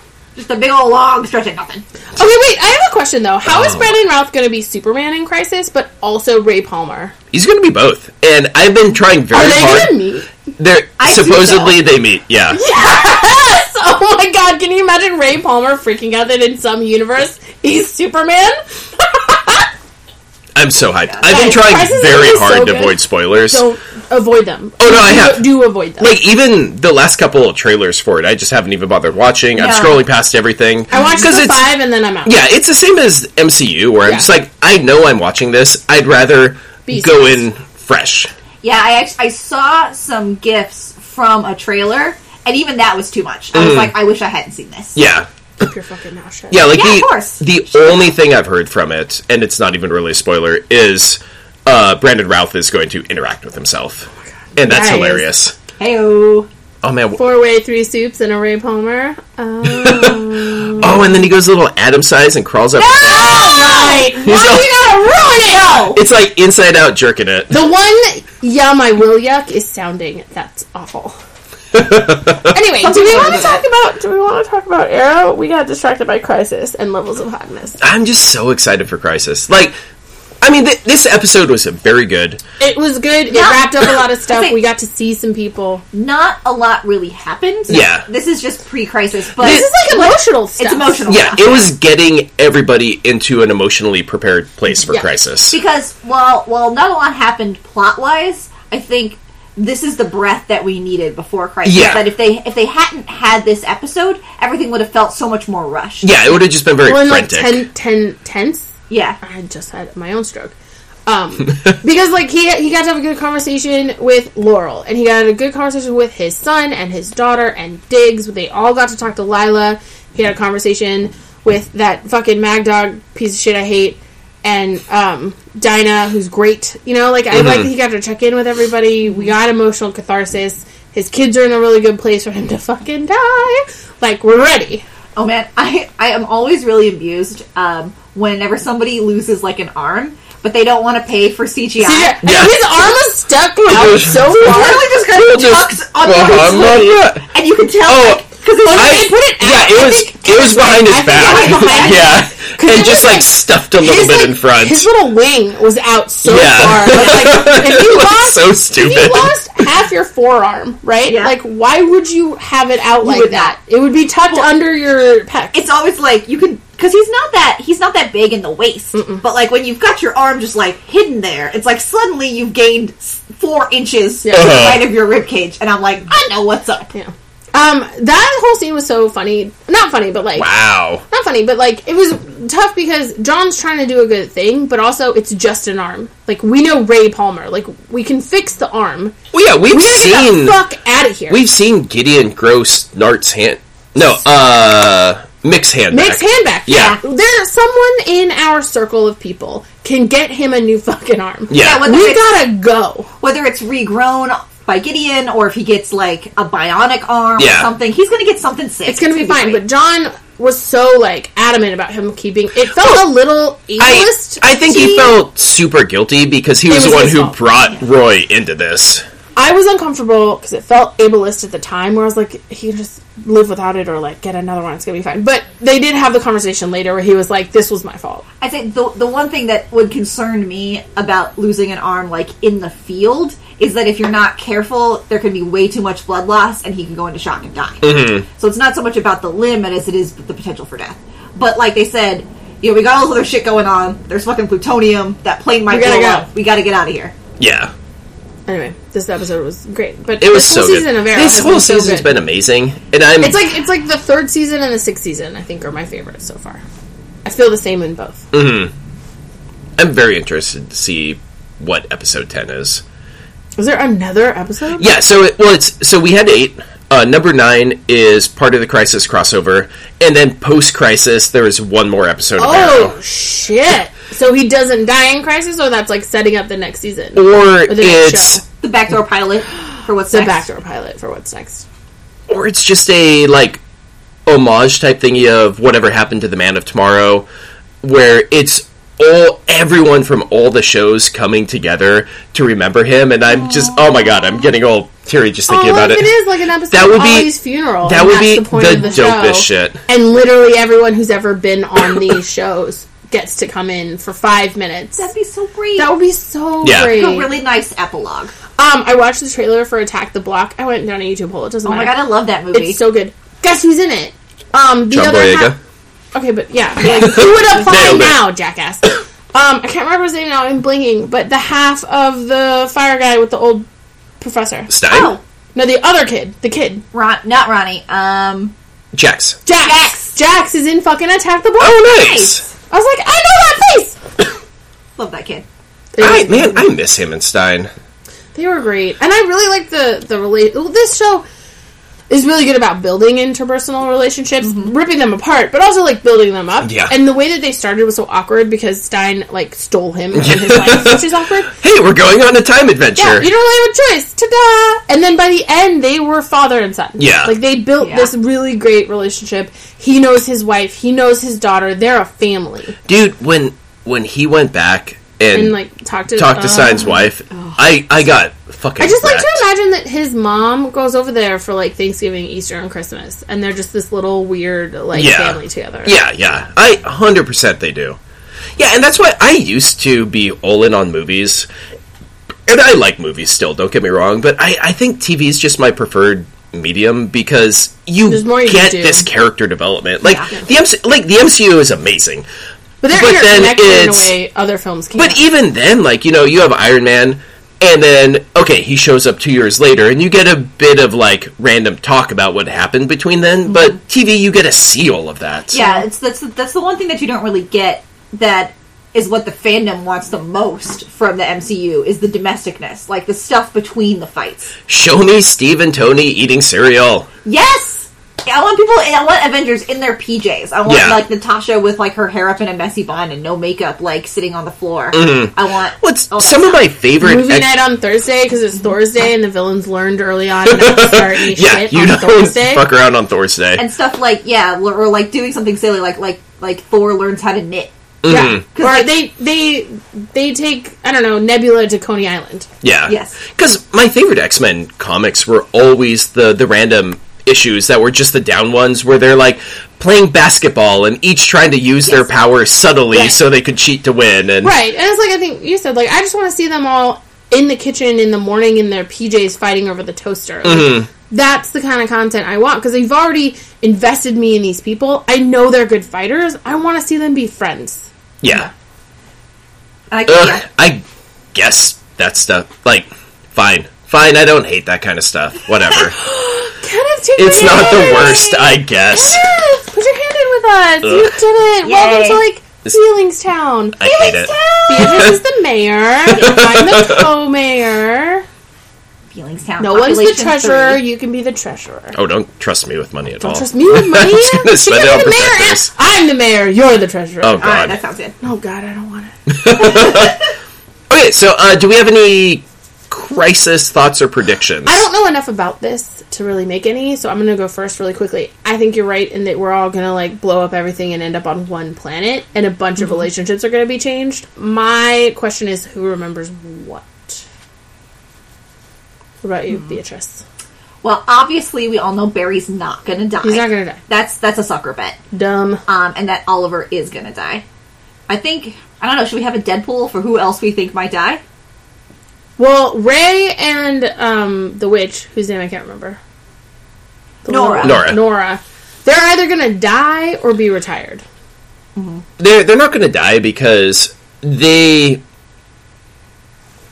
Just a big old long stretch of nothing. wait. I have a question though. How Oh. is Brandon Routh going to be Superman in Crisis, but also Ray Palmer? He's gonna be both, and I've been trying very Are they hard. going to meet? They're I do, supposedly they meet. Yeah, Yes! Oh my god! Can you imagine Ray Palmer freaking out that in some universe he's Superman? I'm so hyped. I've been Guys, trying Crisis very is hard so to good. avoid spoilers. Don't avoid them. Oh, no, I Do- have. Do avoid them. like even the last couple of trailers for it, I just haven't even bothered watching. I'm Yeah. scrolling past everything. I watched the it's five and then I'm out. Yeah, it's the same as MCU, where I'm Yeah. just like, I know I'm watching this. I'd rather Be go serious. in fresh. Yeah, I actually, I saw some gifs from a trailer, and even that was too much. I was like, I wish I hadn't seen this. Yeah, Keep your fucking mouth shut. yeah. Like Yeah, of course. the the only thing I've heard from it, and it's not even really a spoiler, is uh, Brandon Routh is going to interact with himself, and that's Oh Nice. hilarious. Heyo. Oh man! w- Four way, three soups, and a Ray Palmer. Oh, Oh, and then he goes little Adam size and crawls up. right. Why you gotta ruin it? It's like inside out jerking it. The one yum I will yuck is sounding. That's awful. anyway, do we want to talk about? Do we want to talk about Arrow? We got distracted by Crisis and levels of hotness. I'm just so excited for Crisis. Like, I mean, th- this episode was very good. It was good. It Yeah. wrapped up a lot of stuff. Okay. We got to see some people. Not a lot really happened. Yeah. This is just pre-crisis, but This This is like emotional stuff. it's emotional. Yeah, it was getting everybody into an emotionally prepared place for Yeah. Crisis. because while while not a lot happened plot wise, I think this is the breath that we needed before Crisis. Yeah. That if they if they hadn't had this episode, everything would have felt so much more rushed. Yeah, it would have just been very Well, in like frantic. ten, ten, tense. Yeah. I just had my own stroke. Um, because like he he got to have a good conversation with Laurel, and he got a good conversation with his son and his daughter and Diggs. They all got to talk to Lila. He had a conversation with that fucking mag dog piece of shit I hate, and um, Dinah, who's great. You know, like I like that he got to check in with everybody. We got emotional catharsis. His kids are in a really good place for him to fucking die. Like we're ready. Oh man, I I am always really amused um, whenever somebody loses like an arm. but they don't want to pay for CGI. See, CGI. and his arm was stuck out so far. Literally just got Well, just- tucked on well, his I'm not sleeve. that- and you can tell Oh, because I- I- they put it yeah, out. it I was think it was behind his I think back. it was behind his yeah, and just like stuffed a little his, bit like, in front. His little wing was out so Yeah. far. Like, if you It looks lost, so If stupid. you lost half your forearm, right? Yeah. Like, why would you have it out like would that? It would be tucked under your pec. it's always like you can because he's not that he's not that big in the waist but like when you've got your arm just like hidden there it's like suddenly you've gained s- four inches Yeah. to the Uh-huh. right of your rib cage and i'm like i know what's up yeah. Um, that whole scene was so funny. Not funny, but like wow. not funny, but like it was tough because John's trying to do a good thing, but also it's just an arm. Like we know Ray Palmer. Like we can fix the arm. Well, yeah, we've We gotta get seen the fuck out of here. we've seen Gideon Gross Nart's hand. No, uh, Mick's hand. Nick's back. hand back. Yeah. There's someone in our circle of people can get him a new fucking arm. Yeah. Yeah, when- We gotta go. whether it's regrown by gideon or if he gets like a bionic arm Yeah. or something he's gonna get something sick It's gonna be fine. great. But John was so like adamant about him keeping it felt a little I, ableist. I think to he me. felt super guilty because he was, was the one his who fault. brought Roy into this. I was uncomfortable because it felt ableist at the time, where I was like, he can just live without it or like get another one, it's gonna be fine. But they did have the conversation later where he was like, this was my fault. I think the the one thing that would concern me about losing an arm, like in the field, is that if you're not careful, there can be way too much blood loss, and he can go into shock and die. So it's not so much about the limb as it is the potential for death. But like they said, you know, we got all this other shit going on. There's fucking plutonium. That plane might We gotta blow go. up. We got to get out of here. Yeah, Anyway, this episode was great, but it was this so whole season good. of Arrow this has whole been so season's good. been amazing, and I'm It's like it's like the third season and the sixth season. I think are my favorites so far. I feel the same in both. I'm very interested to see what episode ten is. Is there another episode? Yeah, so it, well, it's so we had eight. Uh, number nine is part of the Crisis crossover, and then post Crisis, there is one more episode. Of Oh Arrow. shit! So he doesn't die in Crisis, or that's like setting up the next season. The or the next it's show. The backdoor pilot for what's next. backdoor pilot for what's next. or it's just a like homage type thingy of whatever happened to the Man of Tomorrow, where it's all everyone from all the shows coming together to remember him, and I'm just oh my god, I'm getting all teary just thinking oh, about if it. it is like an episode That would of be- Ollie's funeral. that and would that's be the, point the of the dopest show. shit. And literally everyone who's ever been on these shows gets to come in for five minutes. That'd be so great. That would be so Yeah. great. a really nice epilogue. Oh Um, I watched the trailer for Attack the Block. I went down a YouTube hole. It doesn't Oh my matter. god, I love that movie. It's so good. Guess who's in it? Um, the John other Boyega. half. Okay, but yeah, like, who would apply Nailed it. now, jackass? Um, I can't remember his name now. I'm blinking, but the half of the fire guy with the old professor. Stein, oh, No, the other kid, the kid, Ron, not Ronnie. Um, Jax. Jax. Jax, is in fucking Attack the Block. Oh, nice. I was like, I know that face. love that kid. They, I, man, I miss him and Stein. they were great, and I really like the the relate. Well, this show is really good about building interpersonal relationships, ripping them apart, but also like building them up. Mm-hmm. Yeah. And the way that they started was so awkward because Stein like stole him in his life, which is awkward. Hey, we're going on a time adventure. Yeah, you don't really have a choice. Ta da! And then by the end, they were father and son. Yeah. Like they built Yeah. this really great relationship. He knows his wife, he knows his daughter, they're a family. Dude, when when he went back and, And like talked to talked to uh, Stein's wife, I I got fucking. I just like wrecked. to imagine that his mom goes over there for like Thanksgiving, Easter, and Christmas, and they're just this little weird like Yeah. family together. Yeah, yeah. I 100% they do. Yeah, and that's why I used to be all in on movies. And I like movies still, don't get me wrong, but I, I think TV is just my preferred medium because you There's more you get can do. this character development. Like Yeah. the MC, like the MCU is amazing. but they're But then interconnected in a it's- way other films can't. But even then, like, you know, you have Iron Man, and then, okay, he shows up two years later, and you get a bit of, like, random talk about what happened between then, but Mm-hmm. TV, you get to see all of that. Yeah, it's that's that's the one thing that you don't really get that is what the fandom wants the most from the MCU is the domesticness, like the stuff between the fights. Show me Steve and Tony eating cereal. Yes. I want people. I want Avengers in their PJs. I want Yeah. like Natasha with like her hair up in a messy bun and no makeup, like sitting on the floor. Mm-hmm. I want What's all that some of stuff. my favorite? Oh, Movie ex- night on Thursday because it's Thursday and the villains learned early on not to start any yeah, shit you on don't Thursday. fuck around on Thursday. and stuff like yeah, or, or like doing something silly, like like like Thor learns how to knit Yeah, Mm-hmm. or they they they take I don't know Nebula to Coney Island. Yeah. Yes. Because my favorite X Men comics were always the the random issues that were just the down ones where they're like playing basketball and each trying to use their power subtly Right. so they could cheat to win and Right, and it's like I think you said like I just want to see them all in the kitchen in the morning in their PJs fighting over the toaster. Like, Mm-hmm. That's the kind of content I want because they've already invested me in these people. I know they're good fighters. I want to see them be friends. yeah. I, Ugh, yeah. I guess that stuff like fine. Fine, I don't hate that kind of stuff. Whatever. Kenneth, take it's your hand not the in. worst, I guess. Kenneth, put your hand in with us. You Ugh. did it. Yay. Welcome to like Feelings Town. I hate it. Beatrice is the mayor. I'm the co-mayor. Feelings town. No one's the population treasurer. three. You can be the treasurer. Oh, don't trust me with money at all. Trust me with money. Oh. was gonna Because spend it I'm on the mayor. protectors. I'm the mayor. You're the treasurer. Oh All right, god. Ah, that sounds good. Oh, God, I don't want it. okay, so uh, do we have any crisis thoughts or predictions? I don't know enough about this to really make any, so I'm gonna go first really quickly. I think you're right in that we're all gonna like blow up everything and end up on one planet, and a bunch of relationships are gonna be changed. My question is, who remembers what? What about you, Beatrice? Well, obviously, we all know Barry's not going to die. He's not gonna die. That's that's a sucker bet, Dumb. um, and that Oliver is going to die. I think I don't know. Should we have a Deadpool for who else we think might die? Well, Ray and um, the witch, whose name I can't remember. The Nora. one- Nora. Nora. They're either gonna die or be retired. they're they're not going to die because they.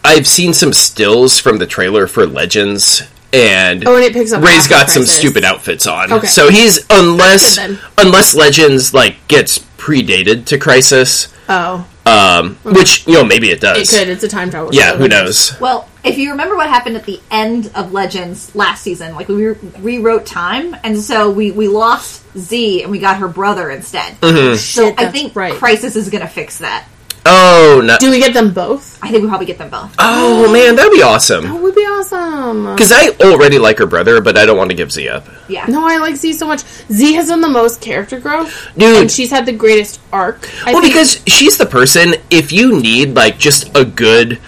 I've seen some stills from the trailer for Legends, and Oh, and it picks up. Ray's after got some Crisis. stupid outfits on. Okay. So he's unless That's good then. unless Legends like gets predated to Crisis, Oh, um, which you know maybe it it does. could. It's a time travel. Yeah, who knows? Well, if you remember what happened at the end of Legends last season, like we re- rewrote time, and so we we lost Z and we got her brother instead. Mm-hmm. So Shit, I that's think right. Crisis is going to fix that. Oh no! Do we get them both? I think we probably get them both. Oh man, that'd be awesome. That would be awesome. Because I already like her brother, but I don't want to give Z up. yeah. No, I like Z so much. Z has done the most character growth, Dude. and she's had the greatest arc. I well, think. because she's the person. If you need like just a good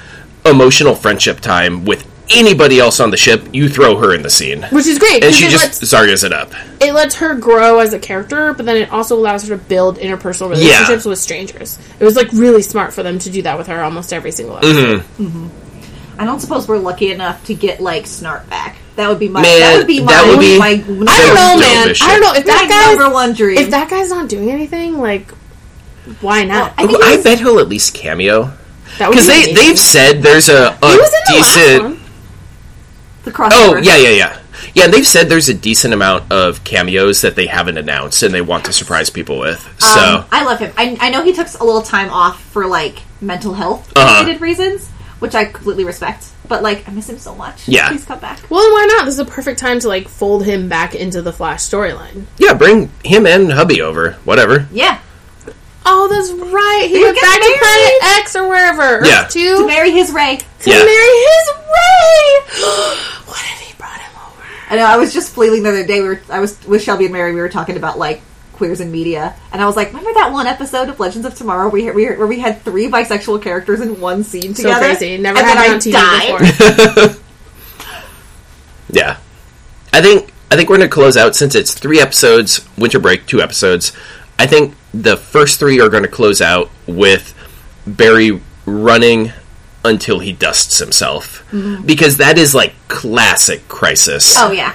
emotional friendship time with anybody else on the ship, you throw her in the scene, which is great. and 'cause she it just lets- Zarya's it up. it lets her grow as a character, but then it also allows her to build interpersonal relationships with strangers. It was like really smart for them to do that with her almost every single episode. Mm-hmm. I don't suppose we're lucky enough to get like Snart back. That would be my. Man, that would be my. that would be- my, I don't That know, was man. dope as I don't shit. know if that my number guy's one dream. if that guy's not doing anything, like why not? I think Ooh, I he's- bet he'll at least cameo That would because be they amazing. they've said there's a, a Oh, He was in the decent. last one. the crossover. Oh yeah, yeah, yeah, yeah. They've said there's a decent amount of cameos that they haven't announced and they want to surprise people with. So Um, I love him. I, I know he took a little time off for like mental health Uh-huh. related reasons, which I completely respect. But like, I miss him so much. Yeah. please come back. Well, then why not? This is a perfect time to like fold him back into the Flash storyline. yeah, bring him and hubby over, whatever. Yeah, Oh, that's right. He They went get back to married. Planet X or wherever. Earth Yeah. to Two marry his Ray. to Yeah. marry his Ray. what if he brought him over? I know. I was just flailing the other day. We were. I was with Shelby and Mary. We were talking about like queers in media, and I was like, remember that one episode of Legends of Tomorrow where we, where we had three bisexual characters in one scene So together? crazy. Never And had then it I on TV died. before. Yeah. I think I think we're going to close out since it's three episodes, winter break, two episodes. I think the first three are going to close out with Barry running until he dusts himself because that is like classic crisis. Oh yeah.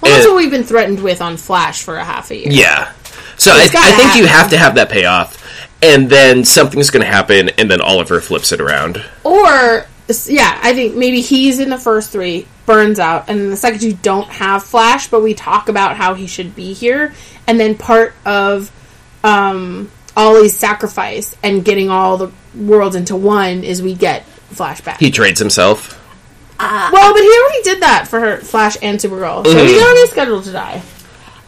Well, that's Uh, what we've been threatened with on Flash for a half a year. Yeah. So I, I It's think gotta you happen. have to have that payoff, and then something's going to happen, and then Oliver flips it around. Or yeah, I think maybe he's in the first three, burns out, and in the second you don't have Flash, but we talk about how he should be here, and then part of um, Ollie's sacrifice and getting all the worlds into one is we get Flashback. He trades himself. well, but he already did that for her Flash and Supergirl, so he's already scheduled to die.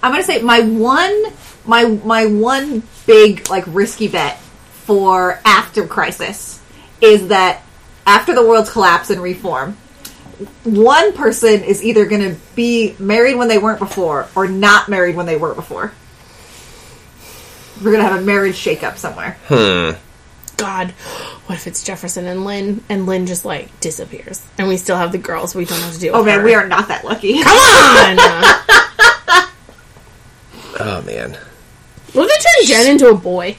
I'm gonna say my one my my one big like risky bet for after Crisis is that after the worlds collapse and reform, one person is either gonna be married when they weren't before or not married when they were before. We're gonna have a marriage shakeup somewhere. God, what if it's Jefferson and Lynn, and Lynn just like disappears, and we still have the girls we don't have to deal Oh with? man, her? we are not that lucky. Come on. Oh man. what if they turn Jen into a boy?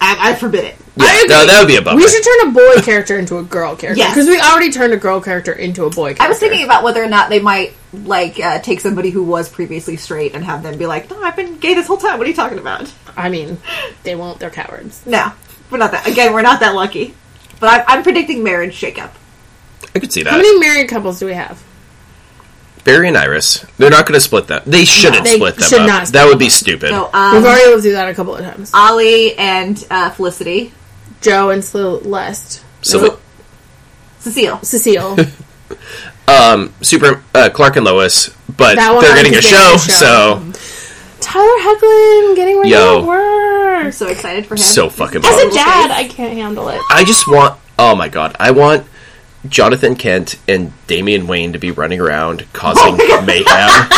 I, I forbid it. Yeah, no, that would be a bummer. We should turn a boy character into a girl character Yes. because we already turned a girl character into a boy. character. I was thinking about whether or not they might like uh, take somebody who was previously straight and have them be like, "No, I've been gay this whole time. What are you talking about?" I mean, they won't. They're cowards. No, we're not that. Again, we're not that lucky. But I'm, I'm predicting marriage shakeup. I could see that. How many married couples do we have? Barry and Iris. They're not going to split them. They shouldn't they split them should up. not split that would be stupid. So, We've um, uh, already lived through that a couple of times. Ollie and uh, Felicity, Joe and Celeste, so, Cecile. Cecile. um, super uh, Clark and Lois, but That one they're I getting a was show, getting a show. So Tyler Hecklin getting ready Yo. to work. I'm so excited for him. So fucking As As a a dad, I can't handle it. I just want. Oh my god, I want Jonathan Kent and Damian Wayne to be running around Oh causing mayhem.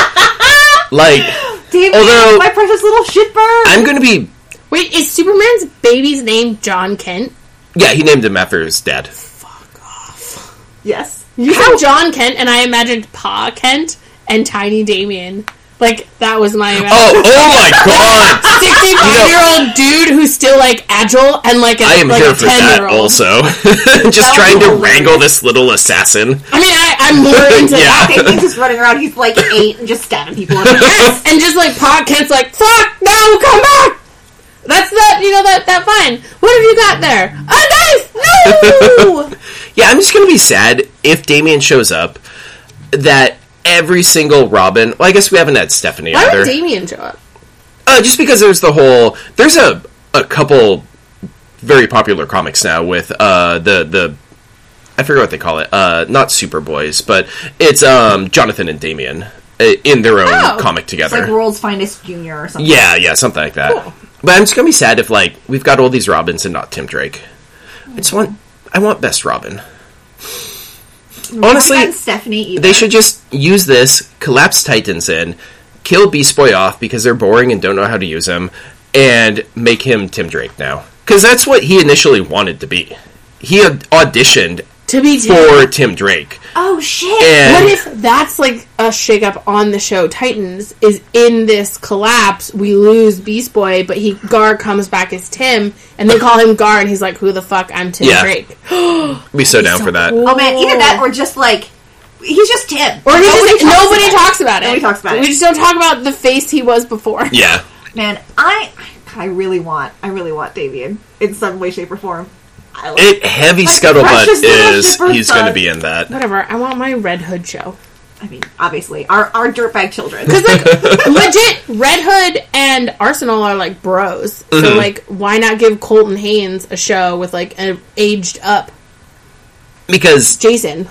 like, Damien, Although- my precious little shitbird. I'm going to be. Wait, is Superman's baby's name John Kent? Yeah, he named him after his dad. yes. You said John Kent, and I imagined Pa Kent and Tiny Damien. Like that was my Oh, imagination. oh my god! Sixty-five-year-old dude who's still like agile and like a I am like here a for that ten-year-old. also. just Oh, trying to hilarious. wrangle this little assassin. I mean, I, I'm more into Yeah. that. Okay, he's just running around. He's like eight and just stabbing people. In the Yes, and just like Pa Kent's like, "Fuck, no, come back." That's that. You know that that fine. What have you got there? Oh, nice. No. Yeah, I'm just gonna be sad if Damien shows up that every single Robin. Well, I guess we haven't had Stephanie Why either. would Damien show up? uh, just because there's the whole there's a a couple very popular comics now with uh the the I forget what they call it. Uh, not Superboys, but it's um Jonathan and Damien uh, in their own Oh. comic It's like together. world's finest junior or something. yeah, yeah, something like that. Cool. But I'm just gonna be sad if like we've got all these Robins and not Tim Drake. I just want I want best Robin. Honestly, and Stephanie. Either. they should just use this, collapse Titans in, kill Beast Boy off because they're boring and don't know how to use him, and make him Tim Drake now. Because that's what he initially wanted to be. He had auditioned To be Tim. for Tim Drake. Oh shit! And What if that's like a shakeup on the show Titans? Is in this collapse we lose Beast Boy, but he Gar comes back as Tim, and they call him Gar, and he's like, "Who the fuck? I'm Tim Yeah. Drake." be so down for that. oh man, either that or just like he's just Tim. Or he Nobody just, talks nobody about talks about it. Nobody talks about We it. just don't talk about the face he was before. Yeah. it. Man, I I really want I really want Damien in some way, shape, or form. I like It heavy That's scuttlebutt precious little is shipper he's going to son. be in that. Whatever. I want my Red Hood show. I mean, obviously, our our dirtbag children. Because like legit, Red Hood and Arsenal are like bros. Mm-hmm. So like, why not give Colton Haynes a show with like an aged up Because Jason?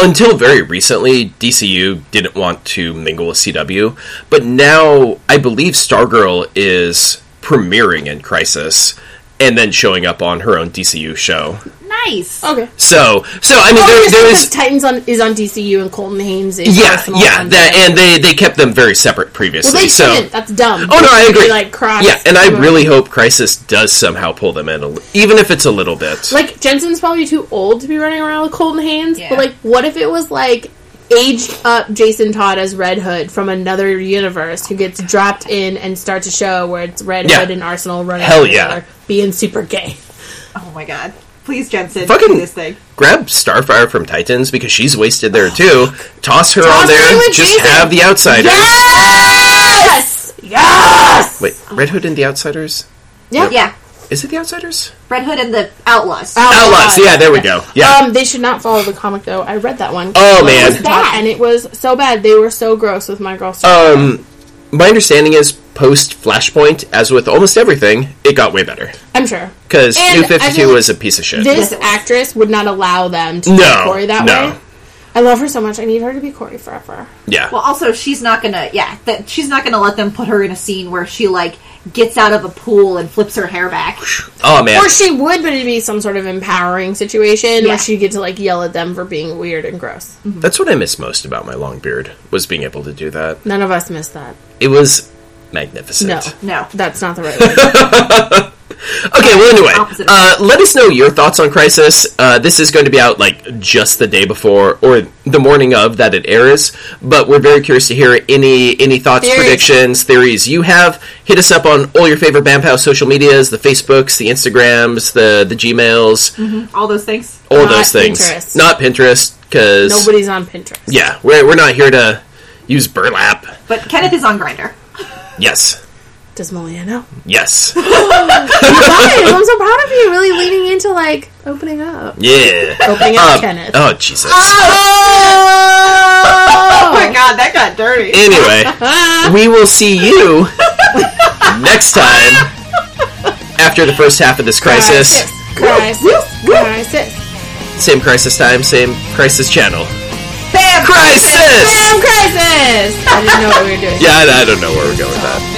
until very recently, DCU didn't want to mingle with CW, but now I believe Stargirl is premiering in Crisis and then showing up on her own DCU show. nice. Okay. So, so I mean, Oh, there, just there because is. Titans on is on DCU and Colton Haynes is Yeah, Arsenal yeah, on that, DCU. and they, they kept them very separate previously. well, they so, shouldn't. That's dumb. oh no, I They, agree. Like cross. yeah, and I promote. really hope Crisis does somehow pull them in, a li- even if it's a little bit. like Jensen's probably too old to be running around with Colton Haynes. Yeah. But like, what if it was like aged up Jason Todd as Red Hood from another universe who gets dropped in and starts a show where it's Red Yeah. Hood and Arsenal running Hell around yeah. together, being super gay. Oh my god! Please, Jensen, Fucking- do this thing. grab Starfire from Titans because she's wasted there too. Toss her Toss on her there. with Just Jason. have the Outsiders. Yes. Yes. Wait, Red Hood and the Outsiders? Yeah. Yeah, Is it the Outsiders? Red Hood and the Outlaws. Outlaws. Oh, Yeah, there we go. Yeah. Um, they should not follow the comic though. I read that one. Oh, It man. was bad, and it was so bad. They were so gross with my girl. Star. Um, my understanding is post Flashpoint, as with almost everything, it got way better I'm sure because And New I feel Fifty Two like was a piece of shit. this Yes, it was. actress would not allow them to No, be Corey that no. way. I love her so much. I need her to be Corey forever. yeah. Well, also she's not gonna. Yeah, that she's not gonna let them put her in a scene where she like gets out of a pool and flips her hair back. oh man. Or she would, but it'd be some sort of empowering situation Yeah. Mm-hmm. where she'd get to like yell at them for being weird and gross. That's what I miss most about my long beard was being able to do that. None of us miss that. It was magnificent. No, No. that's not the right word. Okay, well, anyway, Opposite. uh, let us know your thoughts on Crisis. Uh, this is going to be out like just the day before or the morning of that it airs, but we're very curious to hear any any thoughts, Theories. predictions, theories you have. Hit us up on all your favorite BAMP House social medias: the Facebooks, the Instagrams, the the Gmails, All those things. all Mm-hmm. Not those things. Pinterest. Not Pinterest, because Nobody's on Pinterest. yeah, we're we're not here to use burlap. But Kenneth is on Grinder. Yes, Does Malia know? yes, Why? I'm so proud of you. Really leaning into like opening Um, up, yeah. opening up, Um, Kenneth. Ah! oh Jesus. Oh my god, that got dirty. Anyway, we will see you next time after the first half of this crisis. Crisis. Crisis. Same crisis time, same crisis channel. Bam! Crisis! Damn crisis! I didn't know what we were doing. Yeah, I I don't know where we're going with that.